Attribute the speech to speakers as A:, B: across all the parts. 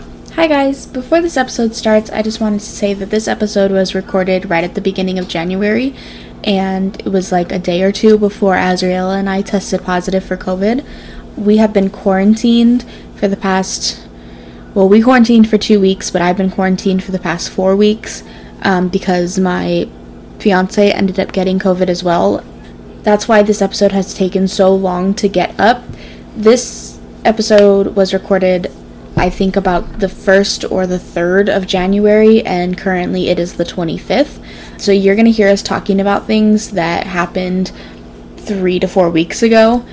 A: Hi, guys. Before this episode starts, I just wanted to say that this episode was recorded right at the beginning of January, and it was like a day or two before Azriela and I tested positive for COVID. We have been quarantined for the past, well, we quarantined for two weeks, but I've been quarantined for the past four weeks um, because my fiance ended up getting COVID as well. That's why this episode has taken so long to get up. This episode was recorded I think about the 1st or the 3rd of January, and currently it is the 25th. So you're going to hear us talking about things that happened three to four weeks ago.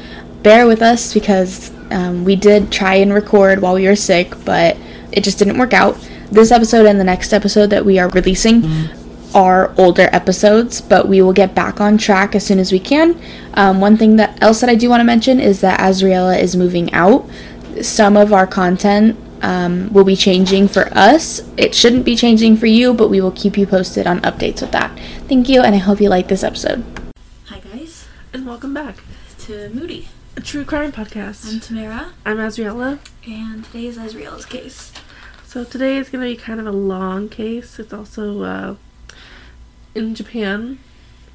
A: Bear with us because um, we did try and record while we were sick, but it just didn't work out. This episode and the next episode that we are releasing are older episodes, but we will get back on track as soon as we can. Um, one thing that else that I do want to mention is that Azriela is moving out some of our content um, will be changing for us. It shouldn't be changing for you, but we will keep you posted on updates with that. Thank you, and I hope you like this episode.
B: Hi guys,
C: And welcome back,
B: to Moody.
C: a true crime
B: I'm
C: podcast.
B: Tamara,
C: I'm Azriela.
B: and today is Azriel's case.
C: So today is going to be kind of a long case. It's also uh, in Japan.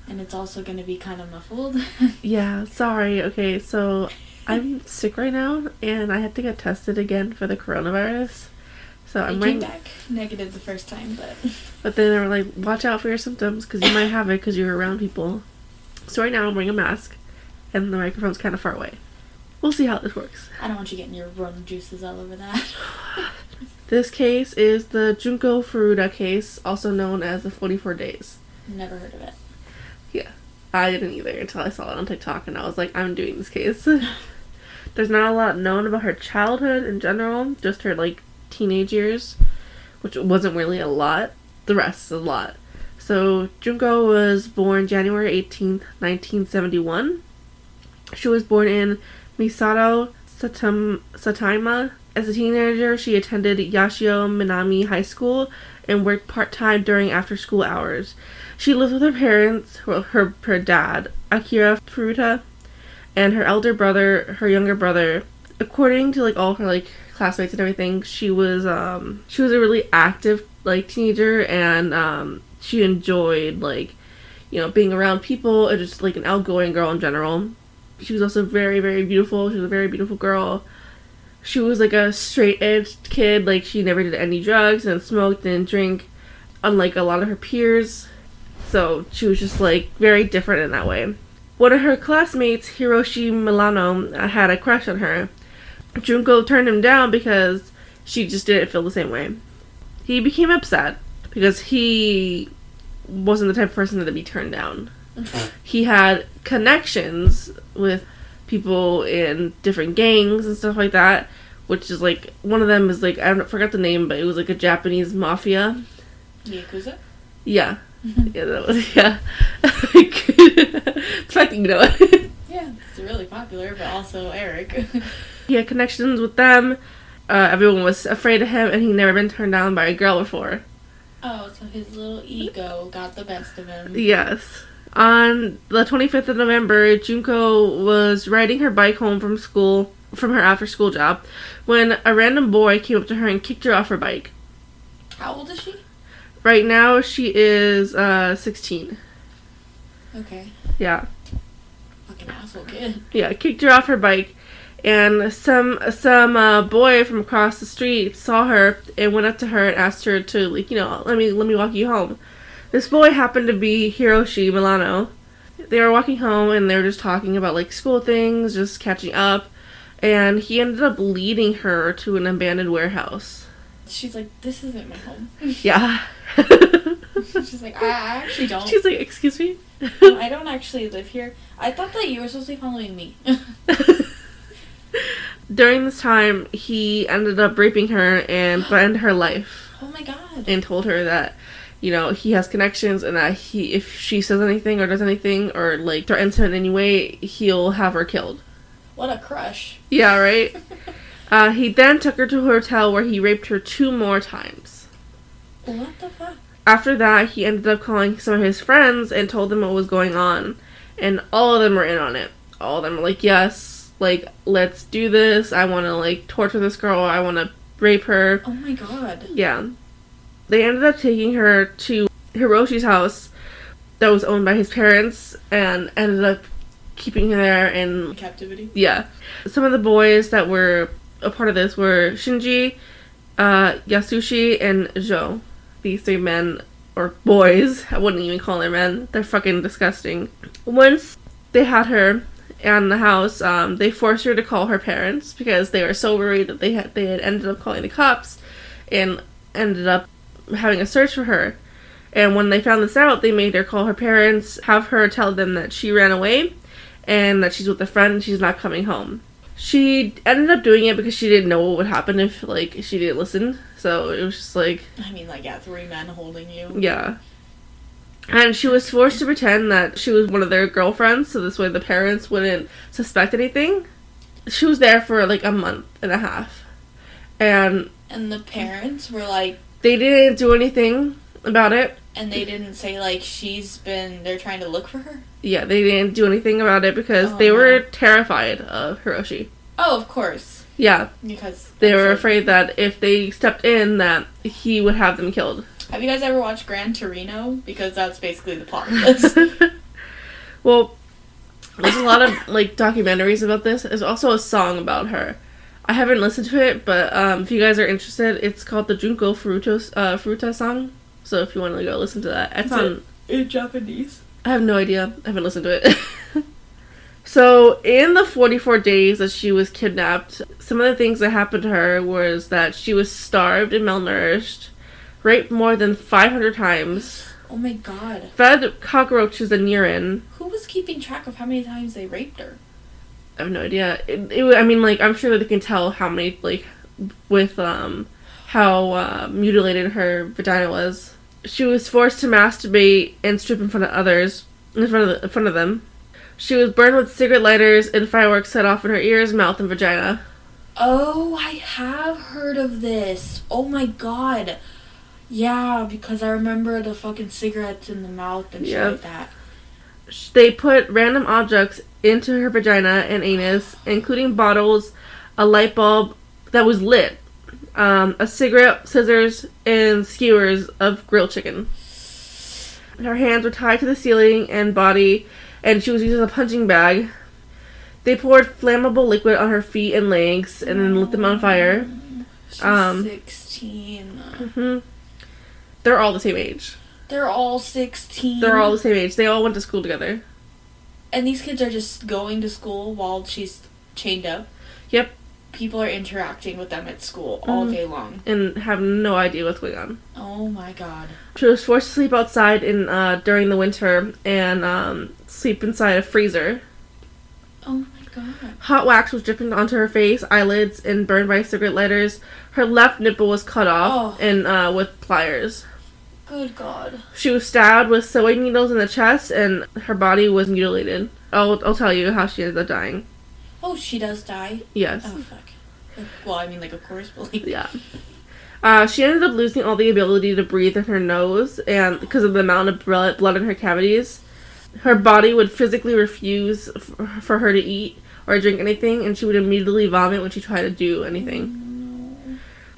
B: And it's also going to be kind of muffled.
C: Yeah, sorry. Okay, so I'm sick right now, and I had to get tested again for the coronavirus. So
B: I
C: I'm
B: came
C: wearing,
B: back negative the first time, but
C: but then they were like, "Watch out for your symptoms because you might have it because you're around people." So right now I'm wearing a mask, and the microphone's kind of far away. We'll see how this works.
B: I don't want you getting your rum juices all over that.
C: This case is the Junko Furuda case, also known as the 44 Days.
B: Never heard of it.
C: I didn't either until I saw it on TikTok and I was like, I'm doing this case. There's not a lot known about her childhood in general, just her like teenage years, which wasn't really a lot. The rest is a lot. So Junko was born January 18th, 1971. She was born in Misato Satam- Sataima. As a teenager, she attended Yashio Minami High School and worked part time during after school hours. She lives with her parents, well, her her dad, Akira Furuta, and her elder brother, her younger brother. According to like all her like classmates and everything, she was um she was a really active like teenager and um she enjoyed like you know being around people and just like an outgoing girl in general. She was also very very beautiful. She was a very beautiful girl. She was like a straight edged kid. Like she never did any drugs and smoked and drink, unlike a lot of her peers. So she was just like very different in that way. One of her classmates, Hiroshi Milano, uh, had a crush on her. Junko turned him down because she just didn't feel the same way. He became upset because he wasn't the type of person to be turned down. he had connections with people in different gangs and stuff like that, which is like one of them is like I don't forgot the name, but it was like a Japanese mafia.
B: Yakuza?
C: Yeah. yeah, that was, yeah. the fact that you know it.
B: Yeah, it's really popular, but also Eric.
C: He had connections with them. Uh, everyone was afraid of him, and he'd never been turned down by a girl before.
B: oh, so his little ego got the best of him.
C: Yes. On the 25th of November, Junko was riding her bike home from school, from her after school job, when a random boy came up to her and kicked her off her bike.
B: How old is she?
C: Right now, she is uh, 16.
B: Okay.
C: Yeah.
B: Fucking asshole kid.
C: yeah, kicked her off her bike, and some some uh, boy from across the street saw her and went up to her and asked her to like you know let me let me walk you home. This boy happened to be Hiroshi Milano. They were walking home and they were just talking about like school things, just catching up, and he ended up leading her to an abandoned warehouse.
B: She's like, this isn't my home.
C: Yeah.
B: She's like, I, I actually don't.
C: She's like, excuse me.
B: Um, I don't actually live here. I thought that you were supposed to be following me.
C: During this time, he ended up raping her and threatened her life.
B: oh my god.
C: and told her that you know he has connections and that he if she says anything or does anything or like threatens him in any way he'll have her killed
B: What a crush.
C: yeah right uh, he then took her to a hotel where he raped her two more times
B: What the fuck?
C: after that he ended up calling some of his friends and told them what was going on and all of them were in on it all of them were like yes like let's do this i want to like torture this girl i want to rape her.
B: Oh my god.
C: Yeah. They ended up taking her to Hiroshi's house that was owned by his parents and ended up keeping her there and
B: Captivity.
C: yeah. Some of the boys that were a part of this were Shinji, uh, Yasushi, and Jo. These three men or boys, I wouldn't even call them men. They're fucking disgusting. Once they had her in the house, um, they forced her to call her parents because they were so worried that they had they had ended up calling the cops and ended up having a search for her. And when they found this out, they made her call her parents, have her tell them that she ran away and that she's with a friend and she's not coming home. She ended up doing it because she didn't know what would happen if like she didn't listen. So it was just like
B: I mean, like, yeah, three men holding you.
C: yeah. And she was forced to pretend that she was one of their girlfriends, so this way the parents wouldn't suspect anything. She was there for like a month and a half. And
B: And the parents were like,
C: they didn't do anything about it.
B: and they didn't say, like, she's been, they're trying to look for her?
C: Yeah, they didn't do anything about it because
B: Oh,
C: they
B: no.
C: were terrified of Hiroshi.
B: Oh, of course.
C: Yeah,
B: Because
C: they
B: that's
C: were
B: like-
C: afraid that if they stepped in that he would have them killed.
B: Have you guys ever watched Gran Torino? Because that's basically the plot of this.
C: well, there's a lot of like documentaries about this. There's also a song about her. I haven't listened to it, but um, if you guys are interested, it's called the Junko Furuto uh, Furuta song. So if you want to go listen to that, it's
B: Is
C: on.
B: it- In Japanese.
C: I have no idea. I haven't listened to it. so, in the 44 days that she was kidnapped, some of the things that happened to her was that she was starved and malnourished, raped more than 500 times,
B: Oh my god.
C: fed cockroaches and urine.
B: Who was keeping track of how many times they raped her?
C: I have no idea. It, it, wa- I mean, like, I'm sure that they can tell how many, like, with, um, how uh, mutilated her vagina was. She was forced to masturbate and strip in front of others, in front of, the, in front of them. She was burned with cigarette lighters and fireworks set off in her ears, mouth, and vagina.
B: Oh, I have heard of this. Oh my god. Yeah, because I remember the fucking cigarettes in the mouth and shit
C: Yeah.
B: like that.
C: Sh- They put random objects into her vagina and anus, including bottles, a light bulb that was lit, um, a cigarette, scissors, and skewers of grilled chicken. Her hands were tied to the ceiling and body, and she was used as a punching bag. They poured flammable liquid on her feet and legs and then lit them on fire.
B: She's
C: Um,
B: 16.
C: hmm They're all the same age.
B: They're all 16.
C: They're all the same age. They all went to school together.
B: And these kids are just going to school while she's chained up.
C: Yep.
B: People are interacting with them at school all
C: Mhm.
B: day long.
C: and have no idea what's going on.
B: Oh my god.
C: She was forced to sleep outside in uh, during the winter and um, sleep inside a freezer.
B: Oh my god.
C: Hot wax was dripping onto her face, eyelids, and burned by cigarette lighters. Her left nipple was cut off
B: Oh.
C: and uh, with pliers.
B: Good god.
C: She was stabbed with sewing needles in the chest, and her body was mutilated. I'll, I'll tell you how she ended up dying.
B: Oh, she does die.
C: Yes.
B: Oh fuck. Like, Well, I mean, like, of course, but like,
C: Yeah. Uh, she ended up losing all the ability to breathe in her nose, and because of the amount of blood, blood in her cavities, her body would physically refuse f- for her to eat or drink anything, and she would immediately vomit when she tried to do anything.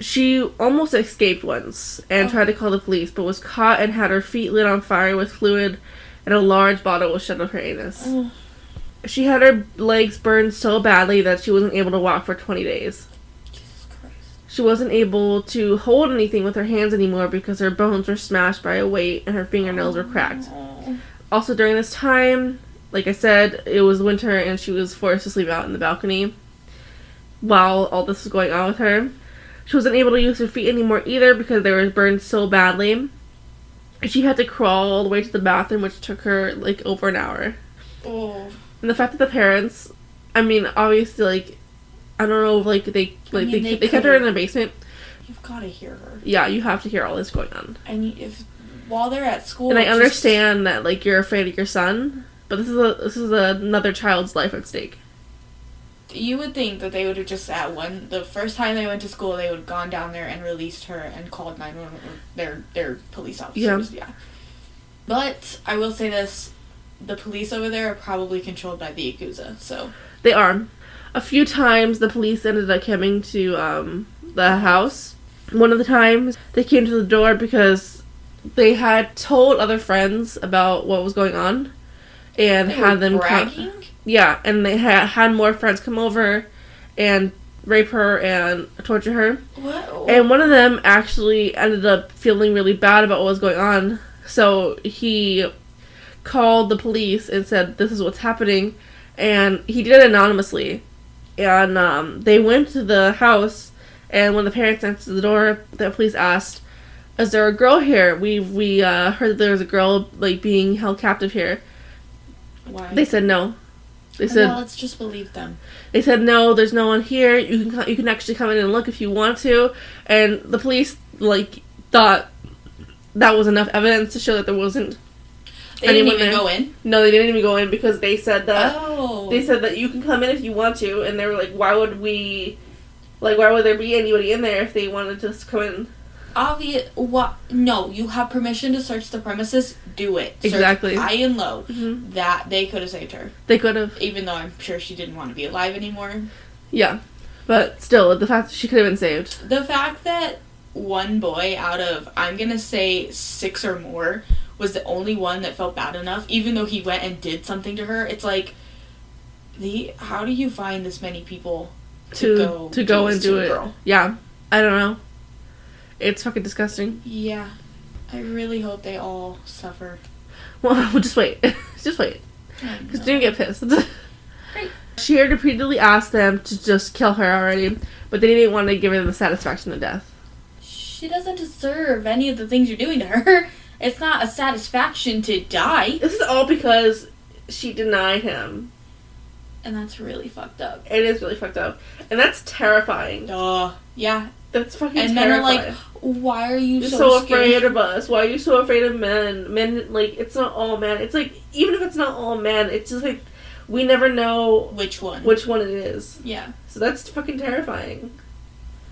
C: She almost escaped once and
B: Oh.
C: tried to call the police, but was caught and had her feet lit on fire with fluid, and a large bottle was shoved up her anus.
B: Oh.
C: She had her legs burned so badly that she wasn't able to walk for 20 days.
B: Jesus Christ.
C: She wasn't able to hold anything with her hands anymore because her bones were smashed by a weight and her fingernails were cracked.
B: Oh.
C: Also, during this time, like I said, it was winter and she was forced to sleep out in the balcony while all this was going on with her. She wasn't able to use her feet anymore either because they were burned so badly. She had to crawl all the way to the bathroom, which took her like over an hour.
B: Oh.
C: And the fact that the parents, I mean, obviously, like, I don't know, like they
B: I
C: like
B: mean,
C: they,
B: they
C: they kept her in
B: could've-
C: the basement.
B: You've got to hear her.
C: Yeah, you have to hear all this going on.
B: I mean, if while they're at school,
C: and I
B: just-
C: understand that like you're afraid of your son, but this is a this is another child's life at stake.
B: you would think that they would have just at one the first time they went to school, they would have gone down there and released her and called nine one one. Their their police officers, yeah. But I will say this: the police over there are probably controlled by the yakuza. So
C: They are. A few times the police ended up coming to um the house. One of the times they came to the door because they had told other friends about what was going on and
B: They
C: had
B: were
C: them come.
B: bragging.
C: yeah, and they had had more friends come over and rape her and torture her.
B: What?
C: And one of them actually ended up feeling really bad about what was going on. So he called the police and said, This is what's happening. And he did it anonymously. And um, they went to the house. And when the parents answered the door, the police asked, Is there a girl here? We we uh, heard that there was a girl like being held captive here.
B: Why?
C: They said no. They
B: Oh,
C: said
B: no, let's just believe them.
C: they said no, there's no one here. You can co- you can actually come in and look if you want to. And the police like thought that was enough evidence to show that there wasn't.
B: They didn't
C: Anyone
B: even
C: there?
B: go in.
C: No, they didn't even go in because they said that
B: oh.
C: they said that you can come in if you want to. And they were like, why would we? Like, why would there be anybody in there if they wanted to just come in?
B: obvious. What? No, you have permission to search the premises. Do it. Search
C: Exactly.
B: High and low.
C: Mhm.
B: That they could have saved her,
C: They could have,
B: even though I'm sure she didn't want to be alive anymore.
C: yeah. But still, the fact that she could have been saved.
B: The fact that one boy out of I'm gonna say six or more was the only one that felt bad enough, even though he went and did something to her. It's like the how do you find this many people
C: to
B: go
C: to go
B: this
C: and do
B: a
C: it.
B: girl?
C: Yeah, I don't know. It's fucking disgusting.
B: Yeah, I really hope they all suffer.
C: Well, just wait, just wait. Because
B: No.
C: didn't get pissed. She had repeatedly asked them to just kill her already, but they didn't want to give her the satisfaction of death.
B: She doesn't deserve any of the things you're doing to her. It's not a satisfaction to die,
C: This is all because she denied him.
B: and that's really fucked up.
C: It is really fucked up. And that's terrifying.
B: Duh. Yeah,
C: That's fucking
B: and men are
C: terrifying.
B: like, why are you
C: You're
B: so,
C: so,
B: scared?
C: afraid of us. Why are you so afraid of men? Men, like, it's not all men. It's like, even if it's not all men, it's just like, we never know
B: Which one?
C: which one it is.
B: Yeah.
C: So that's fucking terrifying.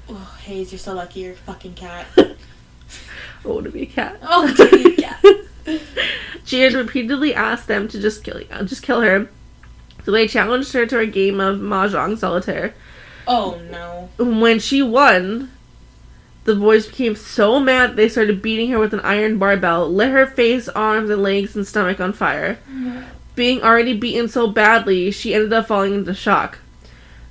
B: Oh, Hayes, you're so lucky you're a fucking cat.
C: I want to be a cat.
B: Oh, to be a cat.
C: she had repeatedly asked them to just kill, uh, just kill her. So they challenged her to a game of mahjong solitaire.
B: Oh no.
C: When she won, the boys became so mad they started beating her with an iron barbell, lit her face, arms, and legs and stomach on fire. Being already beaten so badly, she ended up falling into shock.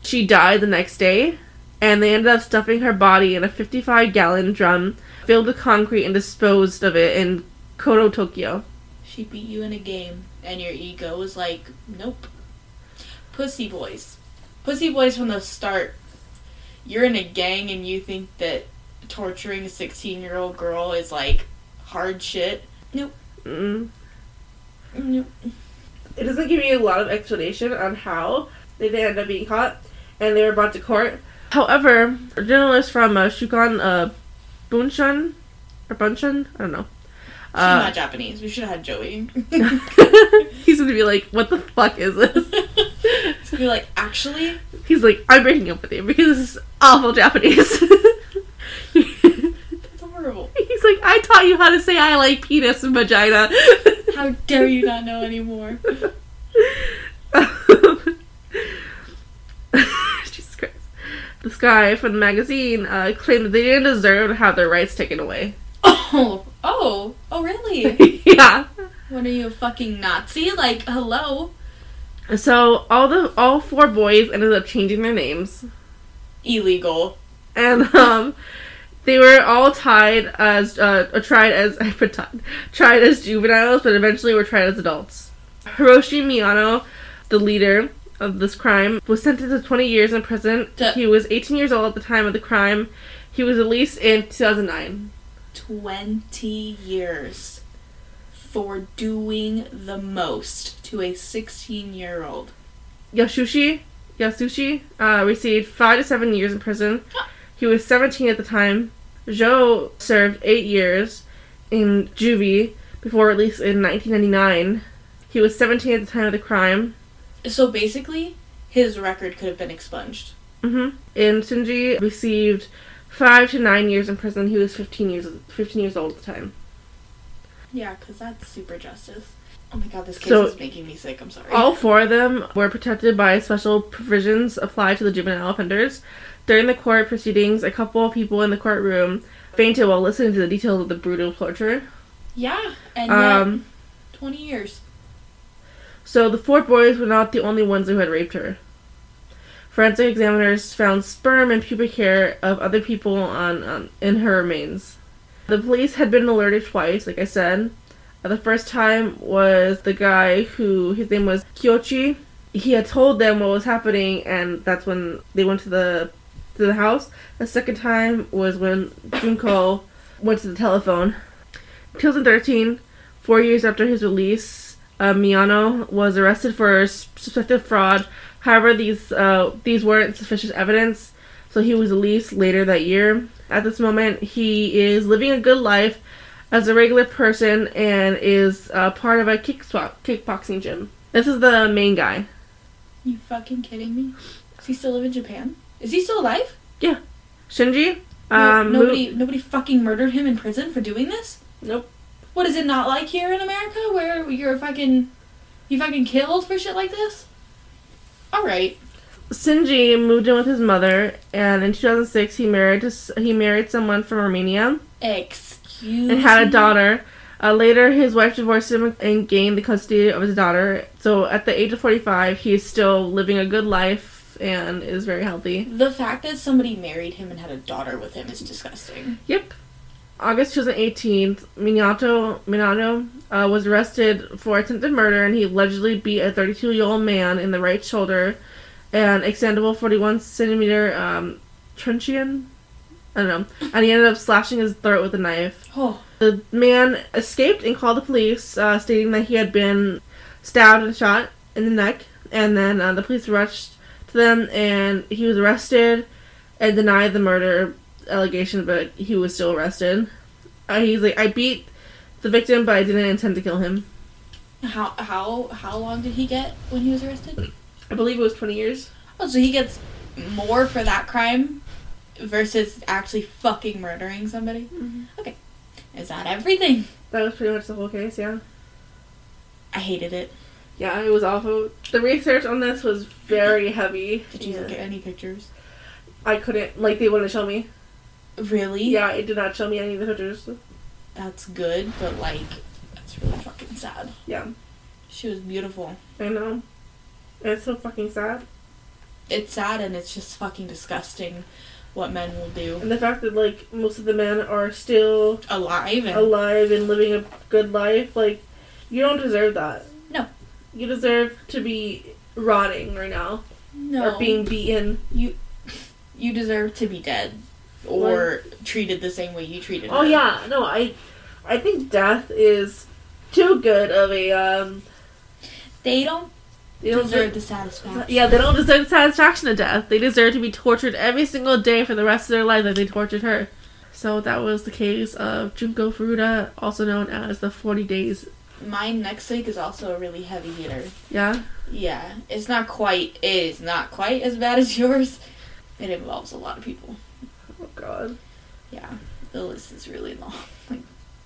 C: She died the next day, and they ended up stuffing her body in a 55 gallon drum filled with concrete and disposed of it in Koto, Tokyo.
B: She beat you in a game, and your ego was like, nope. Pussy boys. Pussy boys from the start. You're in a gang and you think that torturing a 16 year old girl is like hard shit.
C: Mm.
B: Nope.
C: It doesn't give you a lot of explanation on how they did end up being caught and they were brought to court. However, a journalist from uh, Shukan uh, Bunshun, or Bunshun, I don't know.
B: She's
C: Uh,
B: not Japanese. We should have had Joey.
C: he's gonna be like, what the fuck is this?
B: You're like, actually?
C: He's like, I'm breaking up with you because this is awful Japanese. he's
B: That's horrible.
C: like, I taught you how to say I like penis and vagina.
B: How dare you not know anymore?
C: Jesus Christ. This guy from the magazine uh, claimed that they didn't deserve to have their rights taken away.
B: Oh, oh, oh, really?
C: yeah.
B: What are you, a fucking Nazi? Like, hello?
C: So all the all four boys ended up changing their names,
B: Illegal.
C: and um, they were all tied as uh, or tried as I put tied, tried as juveniles, but eventually were tried as adults. Hiroshi Miyano, the leader of this crime, was sentenced to 20 years in prison.
B: Duh.
C: He was 18 years old at the time of the crime. He was released in 2009.
B: 20 years for doing the most to a 16 year old.
C: Yasushi, Yasushi uh, received five to seven years in prison. He was 17 at the time. Zhou served eight years in juvie before release in 1999. He was 17 at the time of the crime.
B: So basically, his record could have been expunged.
C: hmm And Sunji received five to nine years in prison. He was 15 years 15 years old at the time.
B: Yeah, because that's super justice. Oh my god, this case
C: So-
B: is making me sick. I'm sorry.
C: All four of them were protected by special provisions applied to the juvenile offenders. During the court proceedings, a couple of people in the courtroom fainted while listening to the details of the brutal torture.
B: Yeah, and
C: Um,
B: yet, 20 years.
C: So the four boys were not the only ones who had raped her. Forensic examiners found sperm and pubic hair of other people on, on in her remains. The police had been alerted twice, like I said. Uh, The first time was the guy who his name was Kyochi. He had told them what was happening, and that's when they went to the to the house. The second time was when Junko went to the telephone. 2013, four years after his release, uh, Miano was arrested for s- suspected fraud. However, these uh, these weren't sufficient evidence, so he was released later that year. At this moment, he is living a good life as a regular person and is uh, part of a kick swap, kickboxing gym. This is the main guy.
B: You fucking kidding me? Does he still live in Japan? Is he still alive?
C: Shinji?
B: No-
C: Um,
B: nobody, nobody fucking murdered him in prison for doing this.
C: Nope.
B: What is it not like here in America where you're fucking, you fucking killed for shit like this? All right.
C: Sinji moved in with his mother, and in 2006 he married to, s- he married someone from Armenia
B: Excuse.
C: and had a
B: me?
C: daughter. Uh, later, his wife divorced him and gained the custody of his daughter. So at the age of 45, he is still living a good life and is very healthy.
B: The fact that somebody married him and had a daughter with him is disgusting.
C: Yep. August 2018, Minato Minato uh, was arrested for attempted murder, and he allegedly beat a 32-year-old man in the right shoulder, an extendable 41 centimeter um, truncheon. I don't know. And he ended up slashing his throat with a knife.
B: Oh,
C: The man escaped and called the police, uh, stating that he had been stabbed and shot in the neck. And then uh, the police rushed to them, and he was arrested and denied the murder allegation, but he was still arrested. Uh, he's like, I beat the victim, but I didn't intend to kill him.
B: how how how long did he get when he was arrested?
C: I believe it was 20 years.
B: Oh, so he gets more for that crime versus actually fucking murdering somebody?
C: Mhm.
B: Okay. Is that everything?
C: That was pretty much the whole case, yeah.
B: I hated it.
C: Yeah, it was awful. The research on this was very heavy.
B: Did you look at
C: and
B: any pictures?
C: I couldn't, like, they wouldn't show me.
B: Really?
C: Yeah, it did not show me any of the pictures.
B: That's good, but like, that's really fucking sad.
C: Yeah.
B: She was beautiful.
C: I know. It's so fucking sad.
B: It's sad and it's just fucking disgusting what men will do.
C: And the fact that, like, most of the men are still
B: Alive and
C: alive and living a good life, like, you don't deserve that.
B: No.
C: You deserve to be rotting right now.
B: no.
C: Or being beaten.
B: you you deserve to be dead or treated the same way you treated
C: Oh,
B: her.
C: yeah. No, I I think death is too good of a, um...
B: They don't
C: They don't
B: deserve
C: deserve
B: the satisfaction.
C: yeah, they don't deserve the satisfaction of death. They deserve to be tortured every single day for the rest of their life that they tortured her. So that was the case of Junko Furuta, also known as the 40 Days.
B: Mine next week is also a really heavy hitter.
C: Yeah?
B: Yeah, it's not quite it is not quite as bad as yours. It involves a lot of people.
C: Oh god.
B: Yeah, the list is really long.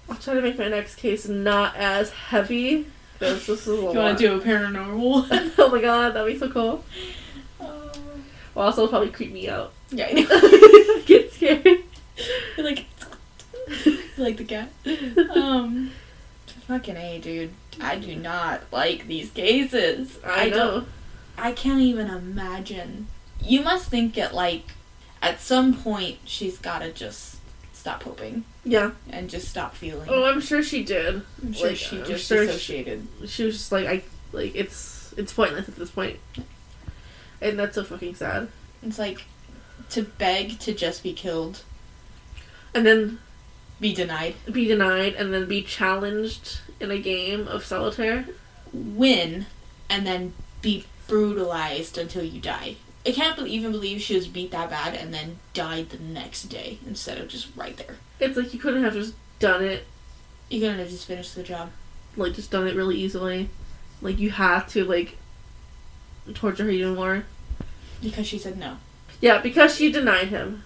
C: I'll try to make my next case not as heavy. Because this is a
B: You want
C: lot.
B: to do a paranormal?
C: oh my god, that'd be so cool.
B: Oh.
C: Well, also it'll probably creep me out.
B: yeah, I know.
C: Get scared.
B: You're like like the cat. Um, fucking a dude. I do not like these cases.
C: I,
B: don't-
C: know.
B: I can't even imagine. You must think it like at some point she's gotta just stop hoping
C: Yeah.
B: and just stop feeling.
C: Oh, I'm sure she did.
B: I'm sure
C: like,
B: she
C: I'm
B: just
C: sure she-
B: dissociated.
C: She was just like, I like it's it's pointless at this point. And that's so fucking sad.
B: It's like to beg to just be killed,
C: And then
B: be denied.
C: be denied, and then be challenged in a game of solitaire.
B: win and then be brutalized until you die. I can't be- even believe she was beat that bad and then died the next day instead of just right there.
C: It's like you couldn't have just done it,
B: You couldn't have just finished the job.
C: like just done it really easily. Like you had to like torture her even more.
B: Because she said no.
C: Yeah, because she denied him.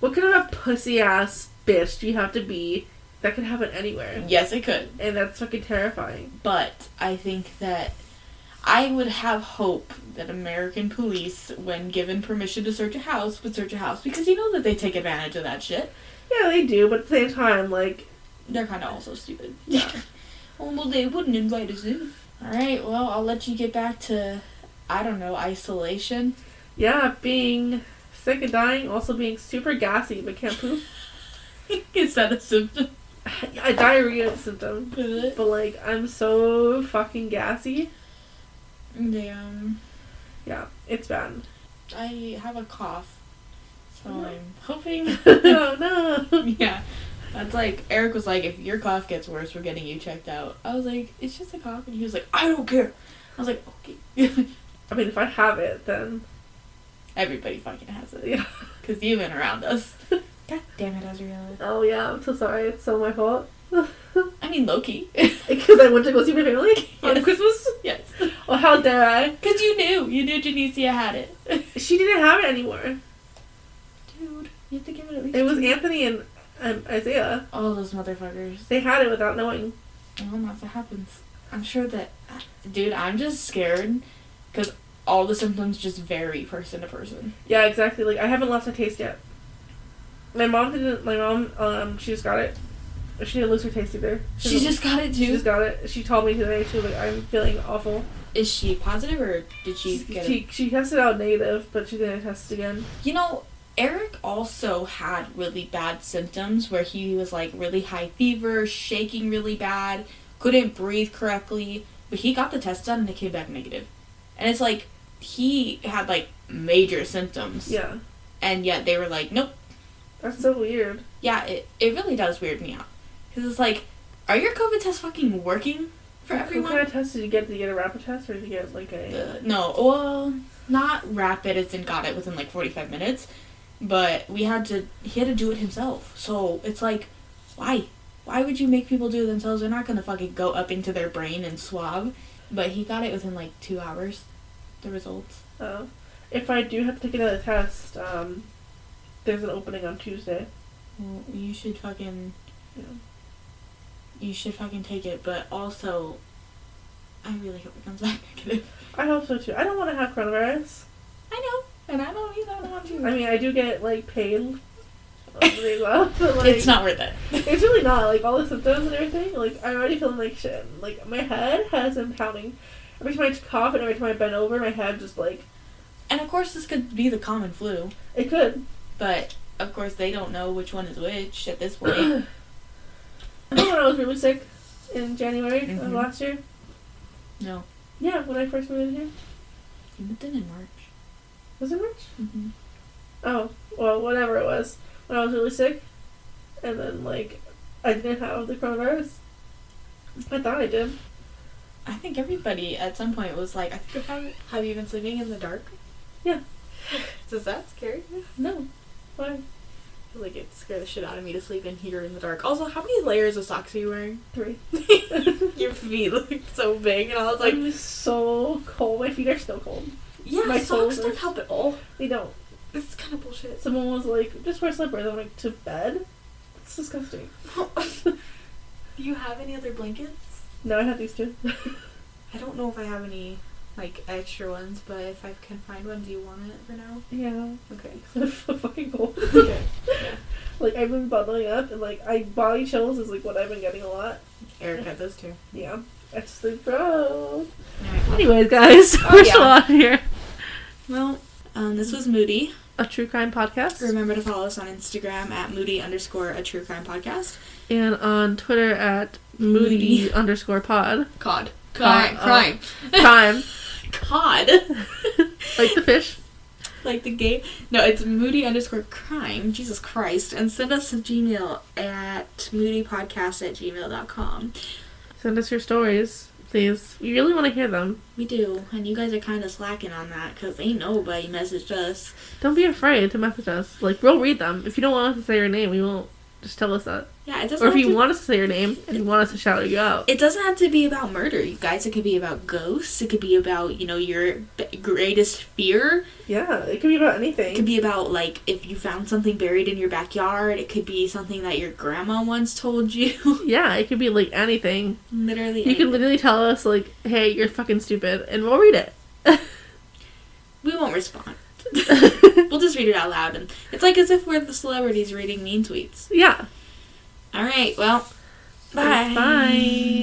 C: What kind of a pussy ass bitch do you have to be That could happen anywhere.
B: Yes, it could.
C: And that's fucking terrifying.
B: But I think that I would have hope that American police, when given permission to search a house, would search a house because you know that they take advantage of that shit.
C: Yeah, they do, but at the same time, like,
B: They're kind of also stupid. Yeah. well, they wouldn't invite us in. All right. Well, I'll let you get back to, I don't know, isolation.
C: yeah, being sick and dying, also being super gassy but can't poop.
B: Is that a symptom?
C: a diarrhea symptom.
B: Is it?
C: But like, I'm so fucking gassy.
B: Damn.
C: Yeah, it's bad.
B: um, I have a cough, so
C: Oh.
B: I'm hoping.
C: oh no.
B: yeah. That's like Eric was like, if your cough gets worse, we're getting you checked out. I was like, it's just a cough, and he was like, I don't care. I was like, okay.
C: I mean, if I have it, then
B: Everybody fucking has it.
C: yeah.
B: Cause you've been around us. God damn it, Azriel.
C: Oh yeah, I'm so sorry. It's so my fault.
B: I mean Loki.
C: Because I went to go see my family on
B: Yes.
C: Christmas.
B: yes.
C: Oh, how dare I?
B: Cause you knew. You knew Janicia had it.
C: She didn't have it anymore.
B: Dude, you have to give it at least.
C: It was
B: two-
C: Anthony and um, Isaiah.
B: all those motherfuckers.
C: They had it without knowing.
B: Well, that's what happens. I'm sure that, uh, dude. I'm just scared because all the symptoms just vary person to person.
C: Yeah, exactly. Like I haven't lost my taste yet. My mom didn't. My mom, um, she just got it. She didn't lose her taste either.
B: She just got it
C: she
B: too.
C: just got it. She told me today. She was like, "I'm feeling awful."
B: Is she positive or did she get it?
C: she, she tested out negative, but she didn't test again.
B: You know, Eric also had really bad symptoms where he was like really high fever, shaking really bad, couldn't breathe correctly, but he got the test done and it came back negative. And it's like he had like major symptoms,
C: Yeah,
B: and yet they were like, nope.
C: that's so weird.
B: yeah, it, it really does weird me out. Because it's like, are your COVID tests fucking working for everyone?
C: What kind of test did you get? Did you get a rapid test or did you get like a?
B: Uh, no, well, not rapid, it's in got it within like 45 minutes. But we had to, he had to do it himself. So it's like, why? Why would you make people do it themselves? They're not gonna fucking go up into their brain and swab. But he got it within like two hours, the results.
C: Uh, if I do have to take another test, um, there's an opening on Tuesday.
B: Well, you should fucking.
C: Yeah.
B: You should fucking take it, but also, I really hope it comes back negative.
C: I hope so too. I don't want to have coronavirus.
B: I know, and I don't either. I don't want to.
C: I mean, I do get like pain. Really well, but, like,
B: it's not worth it.
C: It's really not like all the symptoms and everything. Like I'm already feeling like shit. Like my head has been pounding. Every time I cough and every time I bend over, my head just like
B: And of course, this could be the common flu,
C: it could.
B: but of course, they don't know which one is which at this point.
C: Remember when I was really sick in January of
B: Mhm.
C: last year?
B: no,
C: Yeah, when I first moved in here.
B: it didn't work.
C: Was it March?
B: hmm
C: Oh, well, whatever it was. When I was really sick, and then like I didn't have the coronavirus. I thought I did.
B: I think everybody at some point was like, "I think I have it."
D: Have you been sleeping in the dark?
C: Yeah.
D: Does that scare you?
C: No. Why?
D: Like it scared the shit out of me to sleep in here in the dark. Also, how many layers of socks are you wearing?
C: Three.
D: Your feet look so big, and I was like,
C: I'm so cold. My feet are still cold.
B: Mm-hmm.
D: yeah,
C: My
D: socks
C: shoulders.
D: don't help at all.
C: They don't.
D: This is kind of bullshit.
C: Someone was like, just wear slippers. I'm like, to bed? It's disgusting.
D: Do you have any other blankets?
C: No, I have these two.
D: I don't know if I have any like extra ones, but if I can find one, do you want it for now?
C: yeah.
D: Okay.
C: I'm so fucking cold.
D: okay.
C: Like, I've been bundling up, and like, I body chills is like what I've been getting a lot.
D: Eric had those two.
C: Yeah. I just like, bro. Anyways, guys,
D: we're still
C: out here.
B: Well, um, this was Moody.
C: A true crime podcast.
B: Remember to follow us on Instagram at Moody underscore a true crime podcast.
C: And on Twitter at moody,
B: Moody.
C: underscore pod.
B: Cod.
C: Cod,
B: Crime.
C: oh.
B: Crime.
C: Crime.
B: Cod.
C: like the fish.
B: like the game. No, it's moody underscore crime. Jesus Christ. And send us a Gmail at moodypodcast at gmail.com.
C: Send us your stories, please. We really want to hear them.
B: We do. And you guys are kind of slacking on that because ain't nobody messaged us.
C: Don't be afraid to message us. Like, we'll read them. If you don't want us to say your name, we won't. Just tell us that.
B: Yeah, it doesn't.
C: Or if
B: have
C: you
B: to-
C: want us to say your name and you want us to shout you out.
B: It doesn't have to be about murder, you guys. It could be about ghosts. It could be about you know your b- greatest fear.
C: Yeah, it could be about anything.
B: It could be about like if you found something buried in your backyard. It could be something that your grandma once told you.
C: yeah, it could be like anything.
B: literally,
C: You can
B: anything.
C: literally tell us like, "Hey, you're fucking stupid," and we'll read it.
B: we won't respond. we'll just read it out loud, and it's like as if we're the celebrities reading mean tweets.
C: yeah.
B: All right, well, bye.
C: Bye.